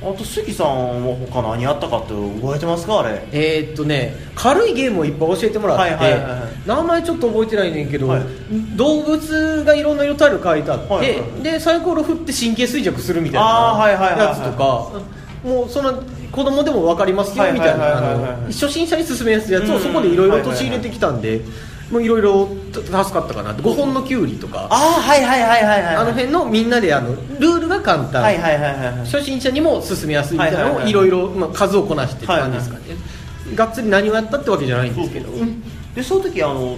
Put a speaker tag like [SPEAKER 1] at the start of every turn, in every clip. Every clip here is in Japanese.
[SPEAKER 1] あと関さんは他何やったかって覚えてますかあれ
[SPEAKER 2] えーっとね軽いゲームをいっぱい教えてもらって、
[SPEAKER 1] はいはいはいはい
[SPEAKER 2] 名前ちょっと覚えてないねんけど、
[SPEAKER 1] はい
[SPEAKER 2] 動物がいろんな色タイル書いてあって、
[SPEAKER 1] はいはいはい
[SPEAKER 2] でサイコロ振って神経衰弱するみたいな
[SPEAKER 1] あーはいはいはいはい
[SPEAKER 2] やつとかもうその子供でも分かりますよみたい
[SPEAKER 1] はい
[SPEAKER 2] な
[SPEAKER 1] はいはいはい
[SPEAKER 2] あの初心者に勧めやすいやつ
[SPEAKER 1] う
[SPEAKER 2] を
[SPEAKER 1] ん
[SPEAKER 2] そこでいろいろ年入れてきたんで、もういろいろ助かったかなって5本のキュウリとか
[SPEAKER 1] ああはいはいはいはいはい
[SPEAKER 2] あの辺のみんなであのルールが簡単、
[SPEAKER 1] はいはいはいはいはい
[SPEAKER 2] 初心者にも進めやすいみたいな
[SPEAKER 1] は
[SPEAKER 2] のを
[SPEAKER 1] いはいいは
[SPEAKER 2] ろ
[SPEAKER 1] い
[SPEAKER 2] いろまあ数をこなしてって感じですかね、がっつり何をやったってわけじゃないんですけど
[SPEAKER 1] うんでその時あの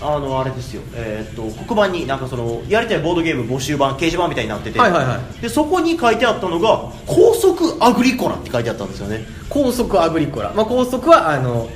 [SPEAKER 1] あのあれですよえーっと黒板になんかそのやりたいボードゲーム募集版掲示板みたいになってて
[SPEAKER 2] はいはいはい
[SPEAKER 1] でそこに書いてあったのが「高速アグリコラ」って書いてあったんですよね
[SPEAKER 2] 高速アグリコラ、まあ、高速はあの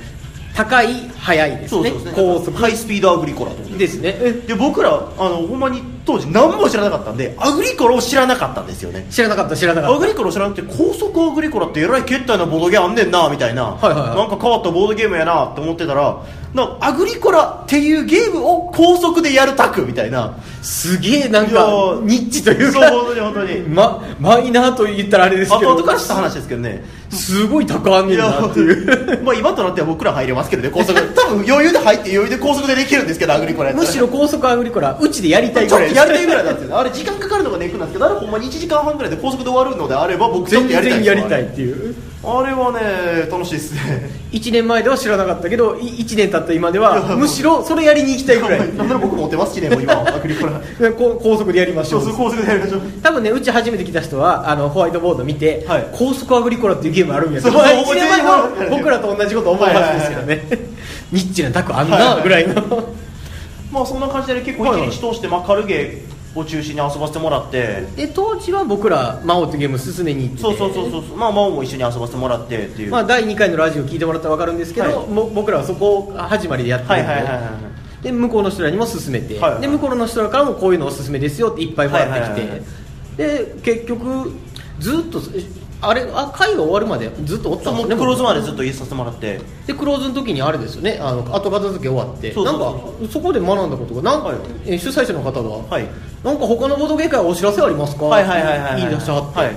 [SPEAKER 2] 高い速いですね
[SPEAKER 1] 高
[SPEAKER 2] 高
[SPEAKER 1] 速
[SPEAKER 2] 速
[SPEAKER 1] ハイスピードアグリコラってこと
[SPEAKER 2] ですねえ
[SPEAKER 1] で僕らあのほんまに当時何も知らなかったんでアグリコラを知らなかったんですよね
[SPEAKER 2] 知らなかった知らなか
[SPEAKER 1] ア
[SPEAKER 2] っ
[SPEAKER 1] グリコラ知らなくて高速アグリコラってえらい決体なボードゲームあんねんなみたいな、
[SPEAKER 2] はいはいはい
[SPEAKER 1] なんか変わったボードゲームやなって思ってたらなんかアグリコラっていうゲームを高速でやるタクみたいな
[SPEAKER 2] たすげえなん
[SPEAKER 1] いや
[SPEAKER 2] か
[SPEAKER 1] ー
[SPEAKER 2] ニッチという
[SPEAKER 1] そう
[SPEAKER 2] か
[SPEAKER 1] 本当に本当に
[SPEAKER 2] ま、マイナーと言ったらあれですけ
[SPEAKER 1] 後
[SPEAKER 2] ど
[SPEAKER 1] 々からした話ですけどね
[SPEAKER 2] すごい高あんね
[SPEAKER 1] い
[SPEAKER 2] んなっていう
[SPEAKER 1] やまあ今となっては僕ら入れますけどね高速多分余裕で入って余裕で高速でできるんですけどアグリコラやった
[SPEAKER 2] む
[SPEAKER 1] ら
[SPEAKER 2] しろ高速アグリコラうちでやりたい
[SPEAKER 1] ち
[SPEAKER 2] ぐ
[SPEAKER 1] ょっと
[SPEAKER 2] らいです
[SPEAKER 1] やりたいぐらいなんですよねあれ時間かかるのがネックなんですけどあれほんまに1時間半ぐらいで高速で終わるのであれば僕ちょっ
[SPEAKER 2] 全
[SPEAKER 1] とやりたいで
[SPEAKER 2] 然
[SPEAKER 1] す
[SPEAKER 2] やりたいっていう
[SPEAKER 1] あれはね楽しいですね
[SPEAKER 2] 1年前では知らなかったけどい1年経った今で
[SPEAKER 1] い
[SPEAKER 2] は
[SPEAKER 1] や
[SPEAKER 2] むしろそれやりに行きたいぐらい
[SPEAKER 1] なんなら僕持ってますしねもう今アグリコラ
[SPEAKER 2] こう高速でやりましょ
[SPEAKER 1] 少数
[SPEAKER 2] う
[SPEAKER 1] 高速でやりましょう
[SPEAKER 2] 多分ねうち初めて来た人はあのホワイトボード見て、
[SPEAKER 1] はい
[SPEAKER 2] 高速アグリコラっていうゲームあるんやけ
[SPEAKER 1] そ
[SPEAKER 2] ど
[SPEAKER 1] う
[SPEAKER 2] 1年前
[SPEAKER 1] 全然
[SPEAKER 2] の僕らと同じこと思うはずですけどね、ニッチなタクあん
[SPEAKER 1] はいは
[SPEAKER 2] ないぐらいの、
[SPEAKER 1] まあそんな感じで結構
[SPEAKER 2] はいは
[SPEAKER 1] 一
[SPEAKER 2] い
[SPEAKER 1] 日通してまあ軽ゲーを中心に遊ばせてもらって
[SPEAKER 2] で当時は僕ら魔王っていうゲーム進めに行ってて
[SPEAKER 1] そうそうそうそうまあ真央も一緒に遊ばせてもらってっていう
[SPEAKER 2] まあ、第2回のラジオ聞いてもらったら分かるんですけど、
[SPEAKER 1] はい
[SPEAKER 2] も僕らはそこを始まりでやってる
[SPEAKER 1] はい
[SPEAKER 2] ん
[SPEAKER 1] はいはいはい
[SPEAKER 2] でで向こうの人らにも勧めて、
[SPEAKER 1] はいはい
[SPEAKER 2] で向こうの人らからもこういうのおすすめですよっていっぱいもらってきて、
[SPEAKER 1] はいはいはい
[SPEAKER 2] で結局ずっとえあれあ会が終わるまでずっとおったんで
[SPEAKER 1] も
[SPEAKER 2] すよ
[SPEAKER 1] う
[SPEAKER 2] ね
[SPEAKER 1] クローズま
[SPEAKER 2] 僕
[SPEAKER 1] でずっと家させてもらって
[SPEAKER 2] でクローズの時にあれですよねあの後片付け終わって
[SPEAKER 1] そうそうそう
[SPEAKER 2] なんかそこで学んだことがなんか、
[SPEAKER 1] はい
[SPEAKER 2] えー主催者の方が、
[SPEAKER 1] はい
[SPEAKER 2] なんか他のボードゲー会お知らせありますか?」
[SPEAKER 1] はいはいはいはいはい
[SPEAKER 2] 言い出しちゃって、
[SPEAKER 1] はい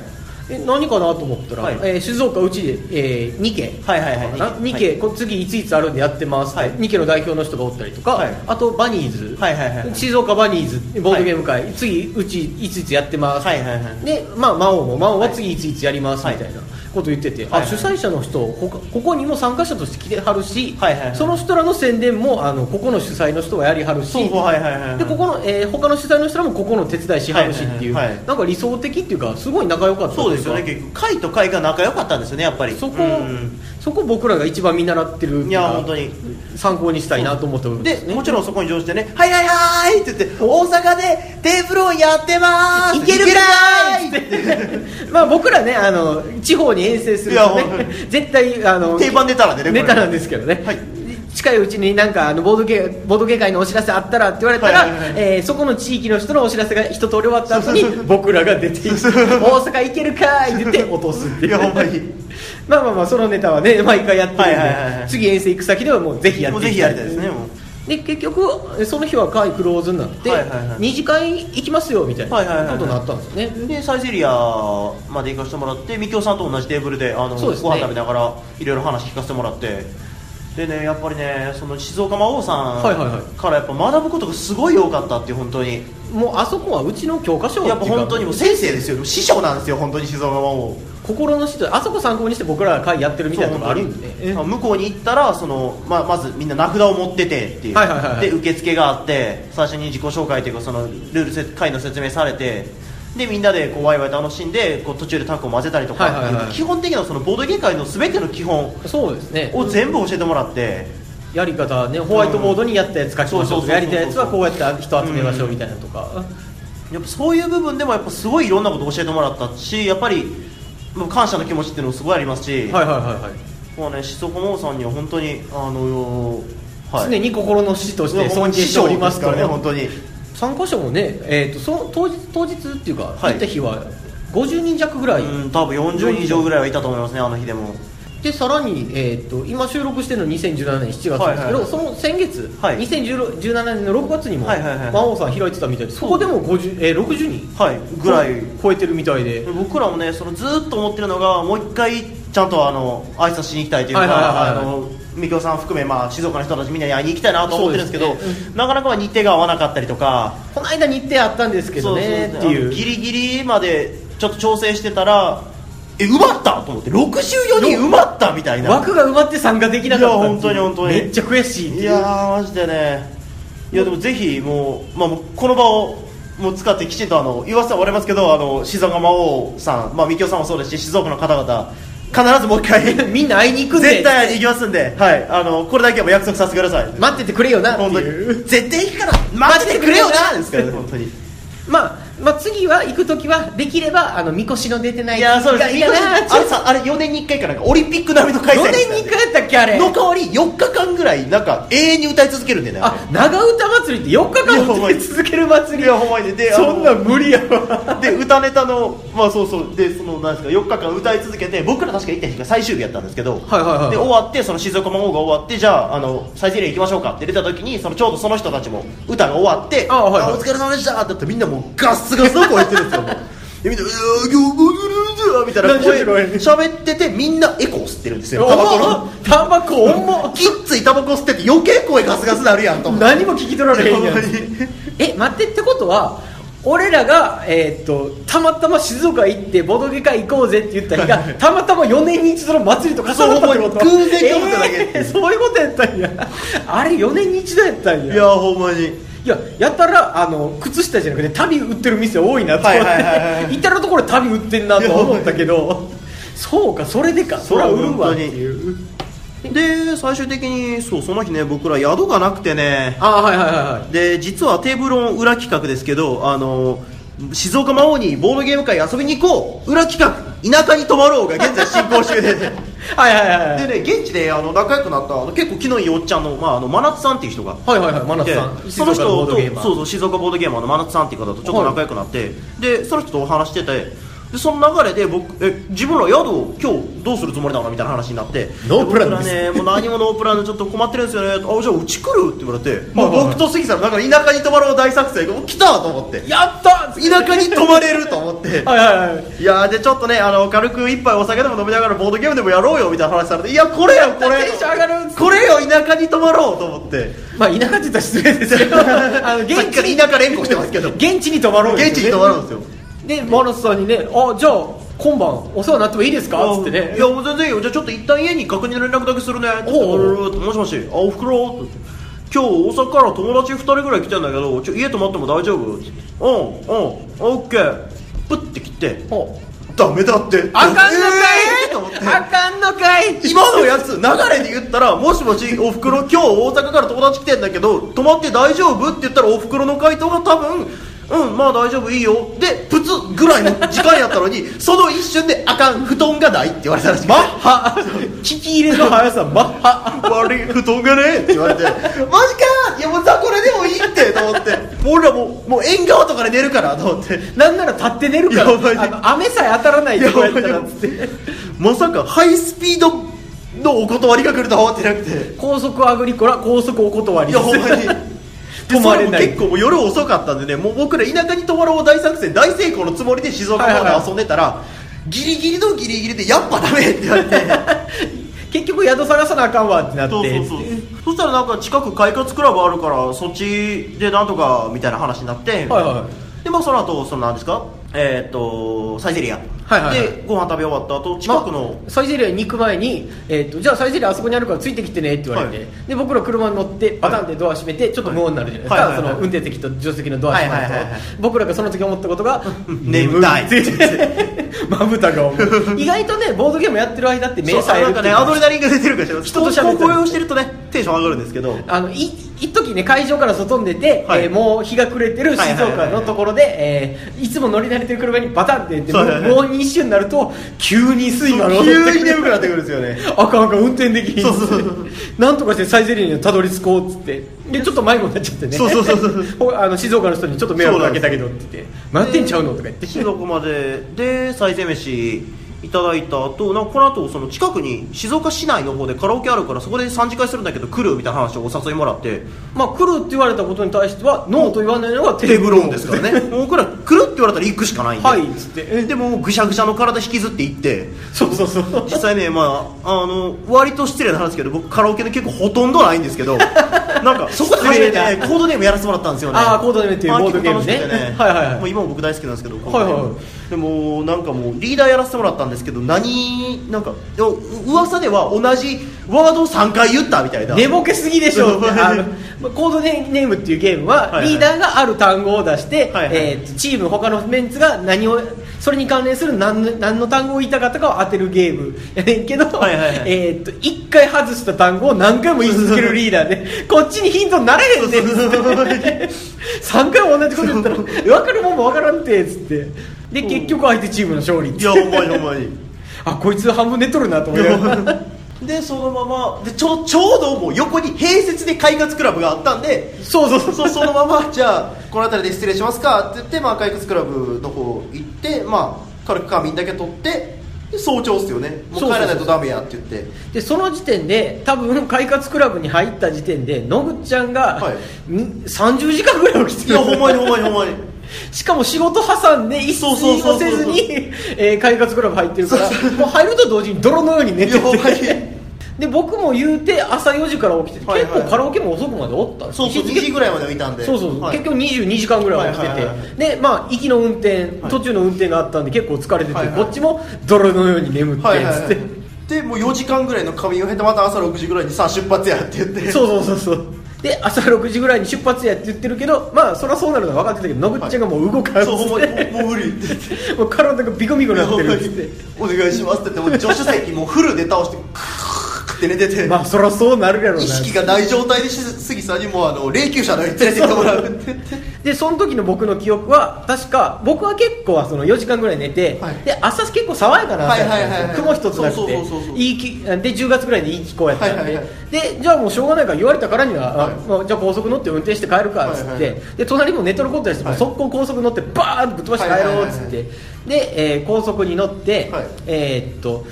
[SPEAKER 2] え何かなと思ったら、
[SPEAKER 1] はい
[SPEAKER 2] えー静岡うちで、え2軒
[SPEAKER 1] はいはいはい
[SPEAKER 2] 2
[SPEAKER 1] は
[SPEAKER 2] 軒、
[SPEAKER 1] い
[SPEAKER 2] こ次いついつあるんでやってます、
[SPEAKER 1] はい
[SPEAKER 2] 2軒の代表の人がおったりとか、
[SPEAKER 1] はい
[SPEAKER 2] あとバニーズ、
[SPEAKER 1] はいはいはいはい
[SPEAKER 2] 静岡バニーズボードゲーム会、次うちいついつやってます、
[SPEAKER 1] はいはいはい
[SPEAKER 2] で、まあ、魔王も魔王は次いついつやりますみ
[SPEAKER 1] はい
[SPEAKER 2] たいなこと言ってて、
[SPEAKER 1] はい
[SPEAKER 2] あ主催者の人ここここにも参加者として来てはるし、
[SPEAKER 1] はいはいはい
[SPEAKER 2] その人らの宣伝もあのここの主催の人がやりはるし
[SPEAKER 1] そうそうはいはいはいはい
[SPEAKER 2] でここの、えー他の主催の人らもここの手伝いしはるしっていう、
[SPEAKER 1] はいはいはいはい
[SPEAKER 2] なんか理想的っていうかすごい仲良かったってい
[SPEAKER 1] そうですよね
[SPEAKER 2] か
[SPEAKER 1] 結局会と会が仲良かったんですよねやっぱり
[SPEAKER 2] そこ、
[SPEAKER 1] うん
[SPEAKER 2] そこ僕らが一番見習ってるってうか
[SPEAKER 1] いや本当に
[SPEAKER 2] 参考にしたいなと思った部分
[SPEAKER 1] で
[SPEAKER 2] ですね
[SPEAKER 1] もちろんそこに乗じてね「はいはいはい」って言って「大阪でテーブルをやってまーす
[SPEAKER 2] いけるかーい
[SPEAKER 1] いけるかーい!」
[SPEAKER 2] まあ僕らねあの地方に遠征す
[SPEAKER 1] い
[SPEAKER 2] るとね
[SPEAKER 1] や本当に
[SPEAKER 2] 絶対あの
[SPEAKER 1] 定番ネタなんでねこれ
[SPEAKER 2] ネタなんですけどね、
[SPEAKER 1] はい
[SPEAKER 2] 近いうちになんかあのボードゲーボードゲー会のお知らせあったらって言われたら、
[SPEAKER 1] はいはいはい
[SPEAKER 2] えーそこの地域の人のお知らせが一通り終わった後に僕らが出て行って大阪行けるかーい って言って落とすっていう
[SPEAKER 1] いやほんまに
[SPEAKER 2] まあまあまあそのネタはね毎回やってるんで、
[SPEAKER 1] はいはいはいはい
[SPEAKER 2] 次遠征行く先ではもうぜひや
[SPEAKER 1] も
[SPEAKER 2] っ
[SPEAKER 1] うぜ
[SPEAKER 2] てい
[SPEAKER 1] ひ
[SPEAKER 2] き
[SPEAKER 1] や
[SPEAKER 2] た
[SPEAKER 1] りた
[SPEAKER 2] い
[SPEAKER 1] いですねもう
[SPEAKER 2] で結局その日は会クローズになって、
[SPEAKER 1] はいはいはい
[SPEAKER 2] 二次会行きますよみたいなこ
[SPEAKER 1] はいはいはいはい
[SPEAKER 2] とになったんですよね、
[SPEAKER 1] でサイゼリアまで行かせてもらってみきおさんと同じテーブルであの
[SPEAKER 2] そうですね
[SPEAKER 1] ご飯食べながらいろいろ話聞かせてもらってでねやっぱりねその静岡魔王さん
[SPEAKER 2] はいはいはい
[SPEAKER 1] からやっぱ学ぶことがすごい多かったっていう本当に
[SPEAKER 2] もうあそこはうちの教科書っていう
[SPEAKER 1] やっ
[SPEAKER 2] か
[SPEAKER 1] ぱ本当にもう先生ですよ師匠なんですよ本当に静岡魔王
[SPEAKER 2] 心の指導あそこ参考にして僕らが会やってるみたいなとこあるんでね
[SPEAKER 1] そう向こうに行ったらその、まあ、まずみんな名札を持っててっていう、
[SPEAKER 2] はいはいはいはい
[SPEAKER 1] で受付があって最初に自己紹介というかそのルールせ会の説明されてでみんなでこうワイワイ楽しんでこう途中でタッグを混ぜたりとか、
[SPEAKER 2] はいはいはい
[SPEAKER 1] 基本的なそのボードゲーム界の全ての基本
[SPEAKER 2] そうですね
[SPEAKER 1] を全部教えてもらって
[SPEAKER 2] やり方はねホワイトボードにやったやつ書きまし
[SPEAKER 1] そ
[SPEAKER 2] ょ
[SPEAKER 1] うそううそ
[SPEAKER 2] と
[SPEAKER 1] う
[SPEAKER 2] かやりたいやつはこうやって人集めましょうみたいなとか
[SPEAKER 1] やっぱそういう部分でもやっぱすごいいろんなことを教えてもらったしやっぱりもう感謝の気持ちっていうのもすごいありますし、
[SPEAKER 2] はいはいはい
[SPEAKER 1] もうね、静岡真央さんには本当にあの
[SPEAKER 2] はい常に心の師として尊敬しております
[SPEAKER 1] からね
[SPEAKER 2] と
[SPEAKER 1] 本当に。
[SPEAKER 2] 参加者もねえーとその当日当日っていうか
[SPEAKER 1] はい
[SPEAKER 2] 行った日は50人弱ぐらい
[SPEAKER 1] うん多分40人以上ぐらいはいたと思いますねあの日でも
[SPEAKER 2] でさらに、えー、と今収録してるの2017年7月ですけど、
[SPEAKER 1] はいはいはい
[SPEAKER 2] その先月、
[SPEAKER 1] はい
[SPEAKER 2] 2017年の6月にも、
[SPEAKER 1] はいはいはい
[SPEAKER 2] 魔王さん開いてたみたいでそこでも50、えー60人
[SPEAKER 1] はいぐらい
[SPEAKER 2] 超えてるみたいで、
[SPEAKER 1] 僕らもねそのずーっと思ってるのがもう一回ちゃんとあの挨拶しに行きたいという
[SPEAKER 2] はいはい
[SPEAKER 1] かあ
[SPEAKER 2] はいはい
[SPEAKER 1] のみきおさん含め、まあ、静岡の人たちみんなに会いに行きたいなと思ってるんですけど
[SPEAKER 2] そうです
[SPEAKER 1] なかなかまあ日程が合わなかったりとか
[SPEAKER 2] この間日程あったんですけどね
[SPEAKER 1] そ
[SPEAKER 2] っ
[SPEAKER 1] う
[SPEAKER 2] て
[SPEAKER 1] そう
[SPEAKER 2] い
[SPEAKER 1] あ
[SPEAKER 2] う
[SPEAKER 1] のギリギリまでちょっと調整してたらえ埋まったと思って64人埋まったみたいな
[SPEAKER 2] 枠が埋まって参加できなかったってう
[SPEAKER 1] いや本当に本当に
[SPEAKER 2] めっちゃ悔しいっていう
[SPEAKER 1] いやーマジでねいやでもぜひもう、まあ、もうこの場をもう使ってきちんとあの言わせては終わりますけどあの静岡魔王さん、まあ、みきおさんもそうですし静岡の方々必ずもう一回
[SPEAKER 2] みんな会いに行くぜ
[SPEAKER 1] 絶対行きますんで、はい、あのこれだけはもう約束させてください
[SPEAKER 2] 待っててくれよなっ
[SPEAKER 1] 本
[SPEAKER 2] て
[SPEAKER 1] 当
[SPEAKER 2] いう
[SPEAKER 1] に絶対行くから待っててくれよなですからね本当に
[SPEAKER 2] まあ、まあ次は行く時はできればあのみこしの出てない
[SPEAKER 1] いやーそうです
[SPEAKER 2] いやいや
[SPEAKER 1] あれさあれ4年に1回かなんかオリンピック並みの開
[SPEAKER 2] 4
[SPEAKER 1] 催です
[SPEAKER 2] 年
[SPEAKER 1] からね
[SPEAKER 2] に1回やったっけあれ
[SPEAKER 1] の代わり4日間ぐらいなんか永遠に歌い続けるんでね
[SPEAKER 2] あ長唄祭りって4日
[SPEAKER 1] いや
[SPEAKER 2] 間
[SPEAKER 1] ほん
[SPEAKER 2] 歌
[SPEAKER 1] ま
[SPEAKER 2] い
[SPEAKER 1] に
[SPEAKER 2] 続ける祭り
[SPEAKER 1] いやほんまにであの
[SPEAKER 2] そんなん無理や わ
[SPEAKER 1] で歌ネタのまあそうそうでそのなんですか4日間歌い続けて僕ら確か行った日が最終日やったんですけど、
[SPEAKER 2] はいはいはい
[SPEAKER 1] で終わってその静岡魔王が終わってじゃああの再生リレー行きましょうかって出た時にそのちょうどその人たちも歌が終わって
[SPEAKER 2] あはいはい
[SPEAKER 1] お疲れ様でしたって言ってみんなもうガッスガスの声言ってるんですよもうでみんな「うわー今日もうるるるるみたいな声
[SPEAKER 2] 何し
[SPEAKER 1] 喋っててみんなエコー吸ってるんですよ
[SPEAKER 2] お
[SPEAKER 1] タバコの
[SPEAKER 2] タバコ重っ
[SPEAKER 1] きっついタバコ吸ってて余計声ガスガスなるやんと思って
[SPEAKER 2] 何も聞き取られへんやん
[SPEAKER 1] ほんまに
[SPEAKER 2] え待ってってことは俺らが、えーっとたまたま静岡行ってボドゲ会行こうぜって言った日がたまたま4年に一度の祭りと重なったって
[SPEAKER 1] そう
[SPEAKER 2] こと
[SPEAKER 1] ほんまに偶然かぶっただけ
[SPEAKER 2] えーそういうことやったんやあれ4年に一度やったんや
[SPEAKER 1] いやほんまに
[SPEAKER 2] いややたらあの靴下じゃなくて足袋売ってる店多いなと思って、
[SPEAKER 1] はいはいはいはい
[SPEAKER 2] いたらところ足袋売ってんなとは思ったけ どそうかそれでかそりゃ売るわっていう
[SPEAKER 1] で最終的にそうその日ね僕ら宿がなくてね
[SPEAKER 2] ああはいはいはいはい
[SPEAKER 1] で実はテーブルオン裏企画ですけどあの静岡魔王にボードゲーム会遊びに行こう裏企画田舎に泊まろうが現在進行中で
[SPEAKER 2] はいはいはいはい
[SPEAKER 1] でね現地であの仲良くなったあの結構気のいいおっちゃんの,、まあ、あの真夏さんっていう人が
[SPEAKER 2] はいはいはい真
[SPEAKER 1] で
[SPEAKER 2] 夏さん
[SPEAKER 1] その
[SPEAKER 2] 静
[SPEAKER 1] 人
[SPEAKER 2] 岡ボー
[SPEAKER 1] と
[SPEAKER 2] ドゲーマー
[SPEAKER 1] そうそう静岡ボードゲーマーの真夏さんっていう方とちょっと仲良くなって、でその人とお話しててでその流れで僕え自分ら宿を今日どうするつもりなのみたいな話になって
[SPEAKER 2] ノープラン
[SPEAKER 1] 僕らねもう何もノープランでちょっと困ってるんです よねあじゃあうち来るって言われて、まあ、
[SPEAKER 2] はいはいはい
[SPEAKER 1] 僕と杉さんだから田舎に泊まろう大作戦が来たと思って
[SPEAKER 2] やった
[SPEAKER 1] 田舎に泊まれると思 って
[SPEAKER 2] はいはいはい
[SPEAKER 1] いやーでちょっとねあの軽く一杯お酒でも飲みながらボードゲームでもやろうよみたいな話されていやこれやこれ
[SPEAKER 2] テンション上がる
[SPEAKER 1] これよ田舎に泊まろうと思って
[SPEAKER 2] まあ田舎って言ったら失礼 ですけどあの現
[SPEAKER 1] さっき
[SPEAKER 2] 地
[SPEAKER 1] から田舎連呼してますけ ど
[SPEAKER 2] 現地に泊まろうよ
[SPEAKER 1] 現地に泊まるんですよ
[SPEAKER 2] で真夏さんにね「あじゃあ今晩お世話になってもいいですか?」っつってね
[SPEAKER 1] いやもう全然いいよじゃあちょっと一旦家に確認の連絡だけするねって言って
[SPEAKER 2] おう
[SPEAKER 1] おうもしもしあおふくろって言って今日大阪から友達2人ぐらい来てんだけどちょ家泊まっても大丈夫って言ってうんうんオッケープッて来て
[SPEAKER 2] お
[SPEAKER 1] ダメだって
[SPEAKER 2] あかんのかい、
[SPEAKER 1] えーと思って
[SPEAKER 2] あかんのかい
[SPEAKER 1] 今のやつ流れで言ったらもしもしおふくろ今日大阪から友達来てんだけど泊まって大丈夫って言ったらおふくろの回答が多分うんまあ大丈夫いいよでプツぐらいの時間やったのにその一瞬であかん布団がないって言われたらしくて
[SPEAKER 2] マッハ聞き入れの速さマッハ
[SPEAKER 1] 悪い布団がねえって言われてマジかいやもうザこれでもいいってと思ってもう俺らもうもう縁側とかで寝るからと思って
[SPEAKER 2] なんなら立って寝るか
[SPEAKER 1] いやお前
[SPEAKER 2] らあの雨さえ当たらないとこやった
[SPEAKER 1] いや
[SPEAKER 2] ら
[SPEAKER 1] お
[SPEAKER 2] っ
[SPEAKER 1] 前
[SPEAKER 2] つって
[SPEAKER 1] まさかハイスピードのお断りが来るとは思ってなくて
[SPEAKER 2] 高速アグリコラ高速お断り
[SPEAKER 1] い
[SPEAKER 2] で
[SPEAKER 1] や
[SPEAKER 2] す
[SPEAKER 1] ほんまに
[SPEAKER 2] 泊まれない
[SPEAKER 1] でそも結構もう夜遅かったんでねもう僕ら田舎に泊まろう大作戦大成功のつもりで静岡
[SPEAKER 2] はい
[SPEAKER 1] ま
[SPEAKER 2] はいは
[SPEAKER 1] で
[SPEAKER 2] い
[SPEAKER 1] 遊んでたら、ギリギリのギリギリでやっぱダメって言われて
[SPEAKER 2] 結局宿探さなあかんわってなって
[SPEAKER 1] そしたらなんか近く快活クラブあるからそっちでなんとかみたいな話になって、
[SPEAKER 2] はいはいは
[SPEAKER 1] でまあその後そのなんですかえーっとサイゼリア、
[SPEAKER 2] はいはいはい
[SPEAKER 1] でご飯食べ終わった後近くの、
[SPEAKER 2] まサイゼリアに行く前に、えーと「じゃあサイゼリアあそこにあるからついてきてね」って言われて、
[SPEAKER 1] はい
[SPEAKER 2] で僕ら車に乗ってバタンってドア閉めてちょっと無音になるじゃないですか、
[SPEAKER 1] はいはいはいはい
[SPEAKER 2] その運転席と助手席のドア閉まると、
[SPEAKER 1] はいはいはいはい
[SPEAKER 2] 僕らがその時思ったこ とが「
[SPEAKER 1] 眠たい
[SPEAKER 2] 眠って まぶたが重 い意外とねボードゲームやってる間って目
[SPEAKER 1] そう
[SPEAKER 2] さえ
[SPEAKER 1] なん
[SPEAKER 2] る
[SPEAKER 1] か
[SPEAKER 2] ってい
[SPEAKER 1] ね
[SPEAKER 2] うか
[SPEAKER 1] アドレナリンが出てるから
[SPEAKER 2] 人と喋ってる
[SPEAKER 1] こう高揚してるとねテンション上がるんですけど
[SPEAKER 2] あのい一時ね会場から外に出て、
[SPEAKER 1] はい
[SPEAKER 2] えーもう日が暮れて
[SPEAKER 1] は
[SPEAKER 2] る
[SPEAKER 1] い
[SPEAKER 2] 静
[SPEAKER 1] はいはい
[SPEAKER 2] 岡のところで、えーいつも乗り慣れてる車にバタンって言って
[SPEAKER 1] そうはいはい
[SPEAKER 2] もうもう一瞬になると急に水が
[SPEAKER 1] 急に眠くなってくるんですよね
[SPEAKER 2] あかんあかん運転できひんっつって
[SPEAKER 1] そうそうそう
[SPEAKER 2] なんとかしてサイゼリヤにたどり着こうっつってでちょっと迷子になっちゃってね
[SPEAKER 1] そうそうそうそう
[SPEAKER 2] ほあの静岡の人にちょっと迷惑かけたけどって言って「待ってんちゃうの?」とか言って
[SPEAKER 1] 静岡までで再生飯いただいた後なんかこの後その近くに静岡市内の方でカラオケあるからそこで3次会するんだけど来るみたいな話をお誘いもらって
[SPEAKER 2] まあ来るって言われたことに対してはノーと言わないのが
[SPEAKER 1] テーブルオンですからね僕ら来るって言われたら行くしかないんで、
[SPEAKER 2] はいっつって
[SPEAKER 1] えでもぐしゃぐしゃの体引きずって行って
[SPEAKER 2] そうそうそう
[SPEAKER 1] 実際ね、まあ、あの割と失礼な話ですけど僕カラオケで結構ほとんどないんですけ どなんかそこで初めてね、
[SPEAKER 2] 失礼
[SPEAKER 1] コードネームやらせてもらったんですよね
[SPEAKER 2] あーコードネームっていう
[SPEAKER 1] あ
[SPEAKER 2] ボードゲームね
[SPEAKER 1] 結構楽しくて
[SPEAKER 2] はいはいはい
[SPEAKER 1] もう今も僕大好きなんですけど
[SPEAKER 2] はいはいはい
[SPEAKER 1] コードネームでもなんかもうリーダーやらせてもらったんですけど何なんかでもう噂では同じワードを3回言ったみたいな
[SPEAKER 2] 寝ぼけすぎでしょ
[SPEAKER 1] はい
[SPEAKER 2] あのまあコードネームっていうゲームは、
[SPEAKER 1] はいはい
[SPEAKER 2] リーダーがある単語を出して、
[SPEAKER 1] はいはい
[SPEAKER 2] えーチーム他のメンツが何をそれに関連する何の何の単語を言いたかったかを当てるゲームやねんけど、
[SPEAKER 1] はいはいはい
[SPEAKER 2] えーっと1回外した単語を何回も言い続けるリーダーでこっちにヒントになれへんって 3回も同じこと言ったら分かるもんも分からんてっつってで
[SPEAKER 1] うん
[SPEAKER 2] 結局相手チームの勝利っつっ
[SPEAKER 1] い
[SPEAKER 2] て
[SPEAKER 1] やお前お前
[SPEAKER 2] あこいつ半分寝とるなと思いながら
[SPEAKER 1] でそのままでちょちょうどもう横に併設で快活クラブがあったんで
[SPEAKER 2] そうそうそう
[SPEAKER 1] そうそのままじゃあこの辺りで失礼しますかって言って、まあ、快活クラブの方行って、まあ、軽く仮眠だけ取ってで早朝っすよねもう帰らないとダメやって言って
[SPEAKER 2] でその時点で多分快活クラブに入った時点で野口ちゃんが、
[SPEAKER 1] はい
[SPEAKER 2] に30時間ぐらい起きて
[SPEAKER 1] いやほんまにほんまにほん まに
[SPEAKER 2] しかも仕事挟んで一
[SPEAKER 1] そうそう
[SPEAKER 2] 睡
[SPEAKER 1] そう
[SPEAKER 2] も
[SPEAKER 1] そう
[SPEAKER 2] せずにえー快活クラブ入ってるからもう入ると同時に泥のように寝て
[SPEAKER 1] いやほんまに
[SPEAKER 2] て。で僕も言うて朝4時から起きてて、
[SPEAKER 1] はいはい
[SPEAKER 2] 結構カラオケも遅くまでおったんです
[SPEAKER 1] そうそう
[SPEAKER 2] 一
[SPEAKER 1] 2
[SPEAKER 2] 日
[SPEAKER 1] 時ぐらいまでいたんで
[SPEAKER 2] そうそうそう、
[SPEAKER 1] はい
[SPEAKER 2] 結局22時間ぐらいは起きてて、
[SPEAKER 1] はいはいはい
[SPEAKER 2] でまあ行きの運転途中の運転があったんで結構疲れてて、
[SPEAKER 1] はいはい
[SPEAKER 2] こっちも泥のように眠ってつって、
[SPEAKER 1] はいはいはいでもう4時間ぐらいの仮眠を経てまた朝6時ぐらいにさあ出発やって言って
[SPEAKER 2] そうそうそうそうで朝6時ぐらいに出発やって言ってるけどまあそりゃそうなるのは分かってたけど野口ちゃんがもう動かんっつ
[SPEAKER 1] そうほんまに
[SPEAKER 2] っ
[SPEAKER 1] も
[SPEAKER 2] て、
[SPEAKER 1] うもう無理って言って
[SPEAKER 2] もう体がビコビコになってるっつって
[SPEAKER 1] お願いしますって言ってもう助手席もうフルで倒してクーって寝てて、
[SPEAKER 2] まあそりゃそうなるやろうな
[SPEAKER 1] 意識がない状態で杉さんにもうあの霊柩車のように連れてってもらうって言って
[SPEAKER 2] でその時の僕の記憶は確か僕は結構その4時間ぐらい寝て、
[SPEAKER 1] はい
[SPEAKER 2] で朝結構爽やかな朝やったんで
[SPEAKER 1] はいはい
[SPEAKER 2] すよ、
[SPEAKER 1] はいはい
[SPEAKER 2] 雲一つな
[SPEAKER 1] そう
[SPEAKER 2] く
[SPEAKER 1] そう
[SPEAKER 2] て
[SPEAKER 1] そうそう
[SPEAKER 2] いい気で10月ぐらいでいい気候やったんで、
[SPEAKER 1] はいはいはい
[SPEAKER 2] でじゃあもうしょうがないから言われたからには、
[SPEAKER 1] はい
[SPEAKER 2] あまあ、じゃあ高速乗って運転して帰るかっつって、
[SPEAKER 1] はいはいは
[SPEAKER 2] で隣も寝とることやして、もう
[SPEAKER 1] はい
[SPEAKER 2] 速攻高速乗ってバーンとぶっ飛ばして帰ろうっつっ
[SPEAKER 1] はいは
[SPEAKER 2] て、
[SPEAKER 1] いはい
[SPEAKER 2] で、えー高速に乗って、
[SPEAKER 1] はい
[SPEAKER 2] えーっと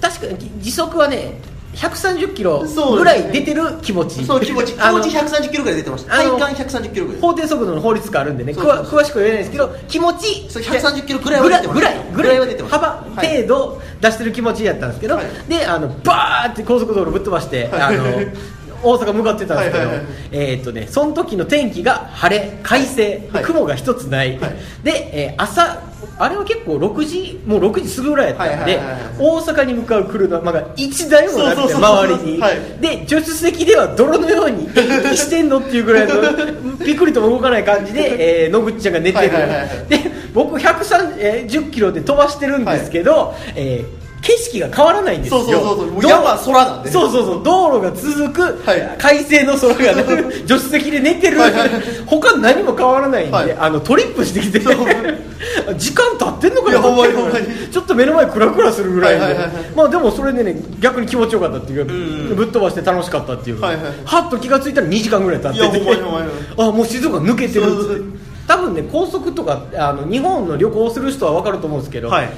[SPEAKER 2] 確かに時速はね130キロ
[SPEAKER 1] そうですね
[SPEAKER 2] ぐらい出てる気持ち
[SPEAKER 1] そう気持ち気
[SPEAKER 2] あの
[SPEAKER 1] 持ち130キロぐらい出てました
[SPEAKER 2] あの
[SPEAKER 1] 体感130キロぐらい
[SPEAKER 2] 法定速度の法律があるんでね
[SPEAKER 1] そうそうそう
[SPEAKER 2] くわ詳しくは言えないですけど気持ち
[SPEAKER 1] そう130キロぐらいは出てます
[SPEAKER 2] ぐらいぐ
[SPEAKER 1] ぐら
[SPEAKER 2] らい
[SPEAKER 1] い
[SPEAKER 2] は
[SPEAKER 1] は出
[SPEAKER 2] 出て
[SPEAKER 1] て
[SPEAKER 2] ます
[SPEAKER 1] ます
[SPEAKER 2] 幅
[SPEAKER 1] はい
[SPEAKER 2] 程度出してる気持ちやったんですけど、
[SPEAKER 1] はい
[SPEAKER 2] であのバーって高速道路ぶっ飛ばして、あの大阪向かってたんですけど、
[SPEAKER 1] はいはいはい
[SPEAKER 2] えーっとねその時の天気が晴れ快晴、で
[SPEAKER 1] はい
[SPEAKER 2] 雲が一つない、
[SPEAKER 1] はい
[SPEAKER 2] で、えー朝あれは結構6時もう6時すぐぐらいやったんで、
[SPEAKER 1] はいはいはいはい
[SPEAKER 2] 大阪に向かう車が1台もなく
[SPEAKER 1] そうそ
[SPEAKER 2] て
[SPEAKER 1] うそうそう
[SPEAKER 2] 周りに、
[SPEAKER 1] はい
[SPEAKER 2] で助手席では泥のように息してんのっていうぐら いのピクリとも動かない感じで、えー野口ちゃんが寝てる、
[SPEAKER 1] はいはいはいはい
[SPEAKER 2] で僕130キロで飛ばしてるんですけど、えー景色が変わらないんですよ
[SPEAKER 1] そうそうそうそうもう
[SPEAKER 2] ど
[SPEAKER 1] 山空なんで
[SPEAKER 2] そうそうそう道路が続く、
[SPEAKER 1] はい
[SPEAKER 2] 快晴の空がなる助手席で寝てる、
[SPEAKER 1] はいはい
[SPEAKER 2] 他何も変わらないんで、
[SPEAKER 1] はい
[SPEAKER 2] あのトリップしてきて
[SPEAKER 1] そう
[SPEAKER 2] 時間経ってんのか
[SPEAKER 1] いや
[SPEAKER 2] な
[SPEAKER 1] ほんまに
[SPEAKER 2] 経ってん
[SPEAKER 1] ほ
[SPEAKER 2] のかな
[SPEAKER 1] んまに
[SPEAKER 2] ちょっと目の前クラクラするぐらいで、
[SPEAKER 1] はいはいはいはい
[SPEAKER 2] まあでもそれでね逆に気持ちよかったっていうか、
[SPEAKER 1] うんうん
[SPEAKER 2] ぶっ飛ばして楽しかったっていうか、
[SPEAKER 1] はいはいはい
[SPEAKER 2] っと気が付いたら2時間ぐらい経ってて
[SPEAKER 1] いやほんまにほんまに
[SPEAKER 2] あもう静岡抜けてるっ
[SPEAKER 1] そうそ
[SPEAKER 2] つ
[SPEAKER 1] う
[SPEAKER 2] っ
[SPEAKER 1] そ
[SPEAKER 2] て
[SPEAKER 1] う
[SPEAKER 2] 多分ね高速とかあの日本の旅行をする人は分かると思うんですけど、
[SPEAKER 1] はい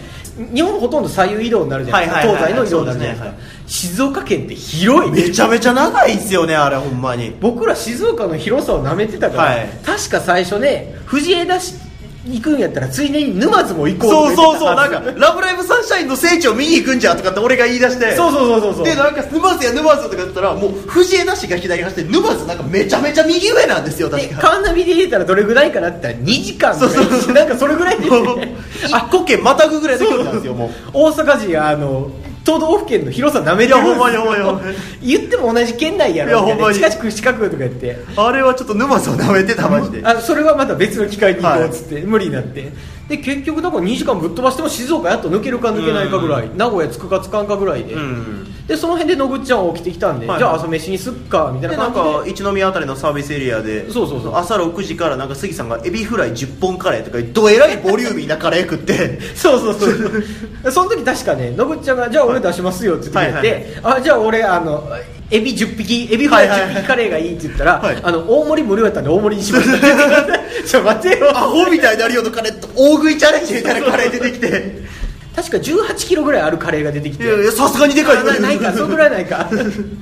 [SPEAKER 2] 日本ほとんど左右移動になるじゃないですか、
[SPEAKER 1] はいはいはいはい
[SPEAKER 2] 東西の移動になるじゃないですか
[SPEAKER 1] そうで
[SPEAKER 2] 静岡県って広いね
[SPEAKER 1] めちゃめちゃ長いんすよねあれほんまに
[SPEAKER 2] 僕ら静岡の広さをなめてたから、
[SPEAKER 1] はい
[SPEAKER 2] 確か最初ね藤枝市行くんやったらついでに沼津も行こう
[SPEAKER 1] そうそうそう
[SPEAKER 2] っ
[SPEAKER 1] な
[SPEAKER 2] て
[SPEAKER 1] ん
[SPEAKER 2] 言
[SPEAKER 1] か
[SPEAKER 2] ってたは
[SPEAKER 1] 「
[SPEAKER 2] ず
[SPEAKER 1] ラブライブサンシャイン」の聖地を見に行くんじゃとかって俺が言い出して
[SPEAKER 2] そうそうそうそうそう
[SPEAKER 1] でなんか沼津や沼津とか言ったらもう藤枝市が左走って沼津なんかめちゃめちゃ右上なんですよ確
[SPEAKER 2] で
[SPEAKER 1] か
[SPEAKER 2] カーナビで入れたらどれぐらいかなって言ったら2時間ぐらい
[SPEAKER 1] そうそうそ
[SPEAKER 2] なんかそれぐらいで、
[SPEAKER 1] もう 一個県またぐぐらいの距離なんですよもう
[SPEAKER 2] 大阪人はあの都道府県の広さなめてる
[SPEAKER 1] いやほんまにほんまにほんまに
[SPEAKER 2] 言っても同じ県内やろ
[SPEAKER 1] いやほんまに
[SPEAKER 2] 近く近くとか言って
[SPEAKER 1] あれはちょっと沼津を舐めてたマジで
[SPEAKER 2] あそれはまた別の機会に行こうっつって、無理になってで結局だから2時間ぶっ飛ばしても静岡やっと抜けるか抜けないかぐらい名古屋着くか着かんかぐらいで、
[SPEAKER 1] うん
[SPEAKER 2] でその辺で野口ちゃんは起きてきたんで、
[SPEAKER 1] はい
[SPEAKER 2] じゃあ朝飯にすっかみたい
[SPEAKER 1] で
[SPEAKER 2] な
[SPEAKER 1] なん
[SPEAKER 2] 感じ
[SPEAKER 1] か
[SPEAKER 2] で
[SPEAKER 1] 一宮あたりのサービスエリアで
[SPEAKER 2] そうそうそう
[SPEAKER 1] 朝6時からなんか杉さんがエビフライ10本カレーとかどえらいボリューミーなカレー食って
[SPEAKER 2] そうそうそうその時確かね野口ちゃんが「じゃあ俺出しますよ」って言ってくれて「あじゃあ俺あのエビ10匹エビフライ
[SPEAKER 1] はいはいは
[SPEAKER 2] 10
[SPEAKER 1] い
[SPEAKER 2] 匹カレーがいい」って言ったら「
[SPEAKER 1] はい
[SPEAKER 2] あの大盛り無料やったんで大盛りにしました」ちょ待てよ
[SPEAKER 1] アホみたいになるようなカレーと大食いチャレンジみたいなカレー出てきて
[SPEAKER 2] 確か18キロぐらいあるカレーが出てき
[SPEAKER 1] い
[SPEAKER 2] て
[SPEAKER 1] やいやさすがにでかい
[SPEAKER 2] あなないかそのぐらいないか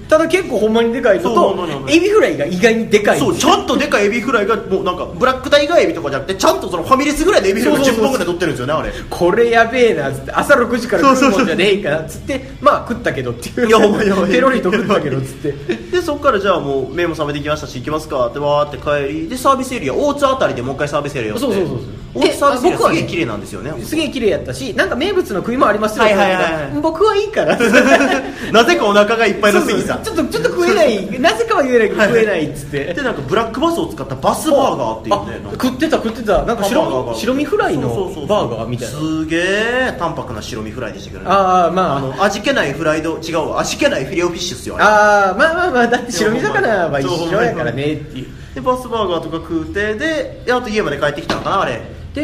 [SPEAKER 2] ただ結構ほんまにでかいの
[SPEAKER 1] そうほんまにほん
[SPEAKER 2] と
[SPEAKER 1] まに
[SPEAKER 2] エビフライが意外にでかい
[SPEAKER 1] そうちゃんとでかいエビフライがもうなんかブラックタイガーエビとかじゃなくてちゃんとそのファミレスぐらいのエビフライが
[SPEAKER 2] そうそう
[SPEAKER 1] 10
[SPEAKER 2] そう
[SPEAKER 1] 本ぐらい乗ってるんですよねあれ
[SPEAKER 2] これやべえなっつって朝6時か
[SPEAKER 1] そう
[SPEAKER 2] ら食う
[SPEAKER 1] そう
[SPEAKER 2] も
[SPEAKER 1] そうん
[SPEAKER 2] じゃねえかなっつってまあ食ったけどっていう
[SPEAKER 1] いやほんまにほんまに
[SPEAKER 2] ペロリと食ったけどっつって
[SPEAKER 1] でそこからじゃあもう目も覚めてきましたし行きますかってわーって帰りでサービスエリア大津あたりでもう一回サービスエリア寄って
[SPEAKER 2] そうそうそうそう
[SPEAKER 1] 大津サービスエリ
[SPEAKER 2] で
[SPEAKER 1] ア
[SPEAKER 2] 僕は
[SPEAKER 1] す
[SPEAKER 2] ね
[SPEAKER 1] げえ綺麗なんですよね
[SPEAKER 2] すげえ綺麗やったしなんか名物の食いもありますよ
[SPEAKER 1] はいはいはいはい
[SPEAKER 2] 僕はいいからっつって
[SPEAKER 1] なぜかお腹がいっぱいの杉さん
[SPEAKER 2] そうそうちょっとちょっと食えないなぜかは言えないけど食えないっつって
[SPEAKER 1] でなんかブラックバスを使ったバスバーガーっていうねなん
[SPEAKER 2] あ
[SPEAKER 1] か
[SPEAKER 2] 食ってた食ってたなんか白
[SPEAKER 1] バーガー
[SPEAKER 2] 身白身フライ
[SPEAKER 1] そ
[SPEAKER 2] の
[SPEAKER 1] うそうそうそう
[SPEAKER 2] バーガーみたいな
[SPEAKER 1] すげえ淡白な白身フライでしたけどね
[SPEAKER 2] ああまあ
[SPEAKER 1] あの味気ないフライド違うわ味気ないフィレオフィッシュっすよあれ
[SPEAKER 2] ああまあまあまあだって白身魚は一緒やからねっていう
[SPEAKER 1] でバスバーガーとか食うてであと家まで帰ってきたのかなあれ
[SPEAKER 2] で、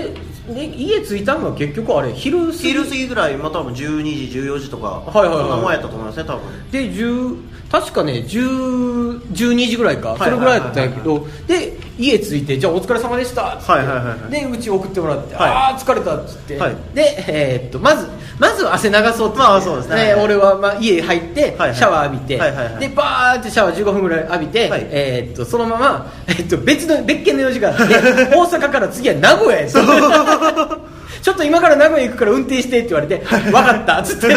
[SPEAKER 2] ね、家着いたんが結局あれ昼過ぎ
[SPEAKER 1] 昼過ぎぐらいまあ多分12時14時とか
[SPEAKER 2] はいはいはい
[SPEAKER 1] そんなもんやったと思いますね多分
[SPEAKER 2] で10確かね10 12時ぐらいか、
[SPEAKER 1] はいはい
[SPEAKER 2] それぐらいだったんやけどで家着いてじゃあお疲れ様でしたっつって、
[SPEAKER 1] はいはいはいはい
[SPEAKER 2] でうち送ってもらって、
[SPEAKER 1] はい
[SPEAKER 2] ああ疲れたっつって、
[SPEAKER 1] はい
[SPEAKER 2] で、えーっとまずまず汗流そうっつって、
[SPEAKER 1] まあそうですね
[SPEAKER 2] で
[SPEAKER 1] はいはい
[SPEAKER 2] 俺は、まあ、家入って、
[SPEAKER 1] はいはい
[SPEAKER 2] シャワー浴びて、
[SPEAKER 1] はいはいはい
[SPEAKER 2] でバーってシャワー15分ぐらい浴びて、
[SPEAKER 1] はい
[SPEAKER 2] えーっとそのまま、えーっと別の別件の用事があっ て大阪から次は名古屋へ ちょっと今から名古屋行くから運転してって言われて分かったっ つって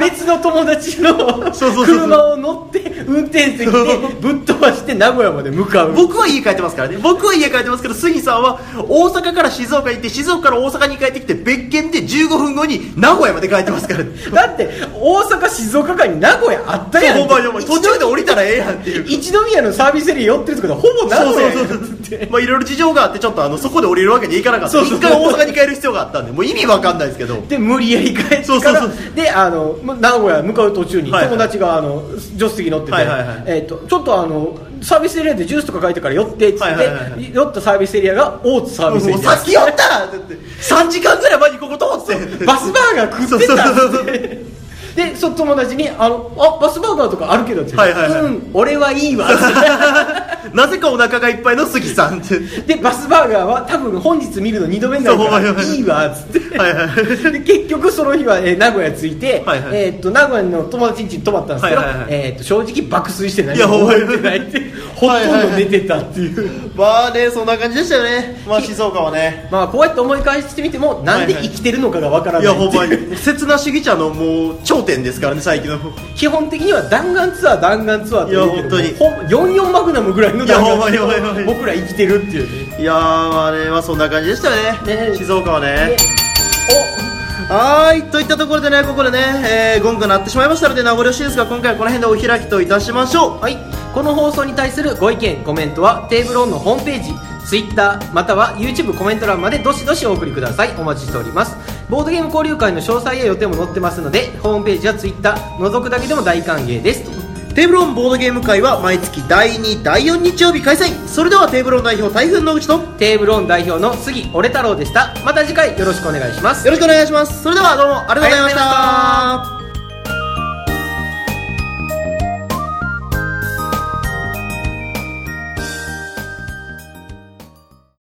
[SPEAKER 2] 別の友達の
[SPEAKER 1] そうそうそうそう
[SPEAKER 2] 車を乗って運転席でぶっ飛ばして名古屋まで向かう
[SPEAKER 1] 僕は家帰ってますからね僕は家帰ってますけど杉さんは大阪から静岡行って静岡から大阪に帰ってきて別件で15分後に名古屋まで帰ってますからね
[SPEAKER 2] だって大阪静岡間に名古屋あったやん
[SPEAKER 1] 本番にお前途中で降りたらええやんっていう
[SPEAKER 2] 一宮のサービスエリア寄ってるってことはほぼ名
[SPEAKER 1] そう
[SPEAKER 2] 古
[SPEAKER 1] そう
[SPEAKER 2] 屋や
[SPEAKER 1] そ
[SPEAKER 2] ん
[SPEAKER 1] うそう
[SPEAKER 2] っつって
[SPEAKER 1] まあいろいろ事情があってちょっとあのそこで降りるわけにはいかなかった
[SPEAKER 2] そうそう
[SPEAKER 1] 一回大阪に帰る必要があったんでもう意味わかんないですけど
[SPEAKER 2] で無理やり帰ってから
[SPEAKER 1] そうそうそう
[SPEAKER 2] であのま名古屋向かう途中に
[SPEAKER 1] はいはい
[SPEAKER 2] 友達があの助手席乗ってて、
[SPEAKER 1] はいはいはい
[SPEAKER 2] えー、とちょっとあのサービスエリアでジュースとか書いてから寄ってっつって、
[SPEAKER 1] はいはいはいはい
[SPEAKER 2] 寄ったサービスエリアが大津サービスエ
[SPEAKER 1] もう
[SPEAKER 2] リ
[SPEAKER 1] さ
[SPEAKER 2] ア
[SPEAKER 1] っき寄ったらって言って3時間ぐらい前にここ通って
[SPEAKER 2] バスバーガー食ってたっ
[SPEAKER 1] そうそう
[SPEAKER 2] つってでその友達にあのあバスバーガーとかあるけど」って言って「
[SPEAKER 1] はいはいはい
[SPEAKER 2] うん俺はい いわ」
[SPEAKER 1] なぜかお腹がいっぱいの杉さんって
[SPEAKER 2] でバスバーガーは多分本日見るの2度目になるか
[SPEAKER 1] そう
[SPEAKER 2] らいいわっつって、
[SPEAKER 1] はいは
[SPEAKER 2] で結局その日は、えー名古屋着いて、
[SPEAKER 1] はいはい
[SPEAKER 2] えーっと名古屋の友達ん家に泊まったんですけど、
[SPEAKER 1] はいはいはい
[SPEAKER 2] えーっと正直爆睡してない
[SPEAKER 1] いやほんまに
[SPEAKER 2] 覚えてないってほ
[SPEAKER 1] はいはいはい
[SPEAKER 2] とんど寝てたっていう、
[SPEAKER 1] まあねそんな感じでしたよねまあ静岡はね
[SPEAKER 2] まあこうやって思い返してみてもなんで生きてるのかがわから
[SPEAKER 1] い
[SPEAKER 2] な
[SPEAKER 1] や
[SPEAKER 2] いって
[SPEAKER 1] ほんま
[SPEAKER 2] いう
[SPEAKER 1] に切な主義者のもう頂点ですからね最近の
[SPEAKER 2] 基本的には弾丸ツアー弾丸ツアーって言うけど
[SPEAKER 1] いや
[SPEAKER 2] ほん44マグナムぐらいの
[SPEAKER 1] い
[SPEAKER 2] 弾丸ツ
[SPEAKER 1] や
[SPEAKER 2] ア
[SPEAKER 1] ほんまにほんま
[SPEAKER 2] ー
[SPEAKER 1] に
[SPEAKER 2] を僕ら生きてるっていうね
[SPEAKER 1] いやーまあねまあそんな感じでしたね
[SPEAKER 2] ね
[SPEAKER 1] 静岡はね
[SPEAKER 2] で
[SPEAKER 1] はーいといったところでねここでね、えー、ゴング鳴ってしまいましたので名残惜しいですが今回はこの辺でお開きといたしましょう
[SPEAKER 2] おはいこの放送に対するご意見コメントはテーブルオンのホームページ Twitter または YouTube コメント欄までどしどしお送りくださいお待ちしておりますボードゲーム交流会の詳細や予定も載ってますのでホームページや Twitter 覗くだけでも大歓迎です
[SPEAKER 1] テーブルオンボードゲーム会は毎月第2第4日曜日開催それではテーブルオン代表台風のうちとよ
[SPEAKER 2] テーブルオン代表の杉折太郎でしたまた次回よろしくお願いします
[SPEAKER 1] ろしくお願いしますそれではどうもありがとうございました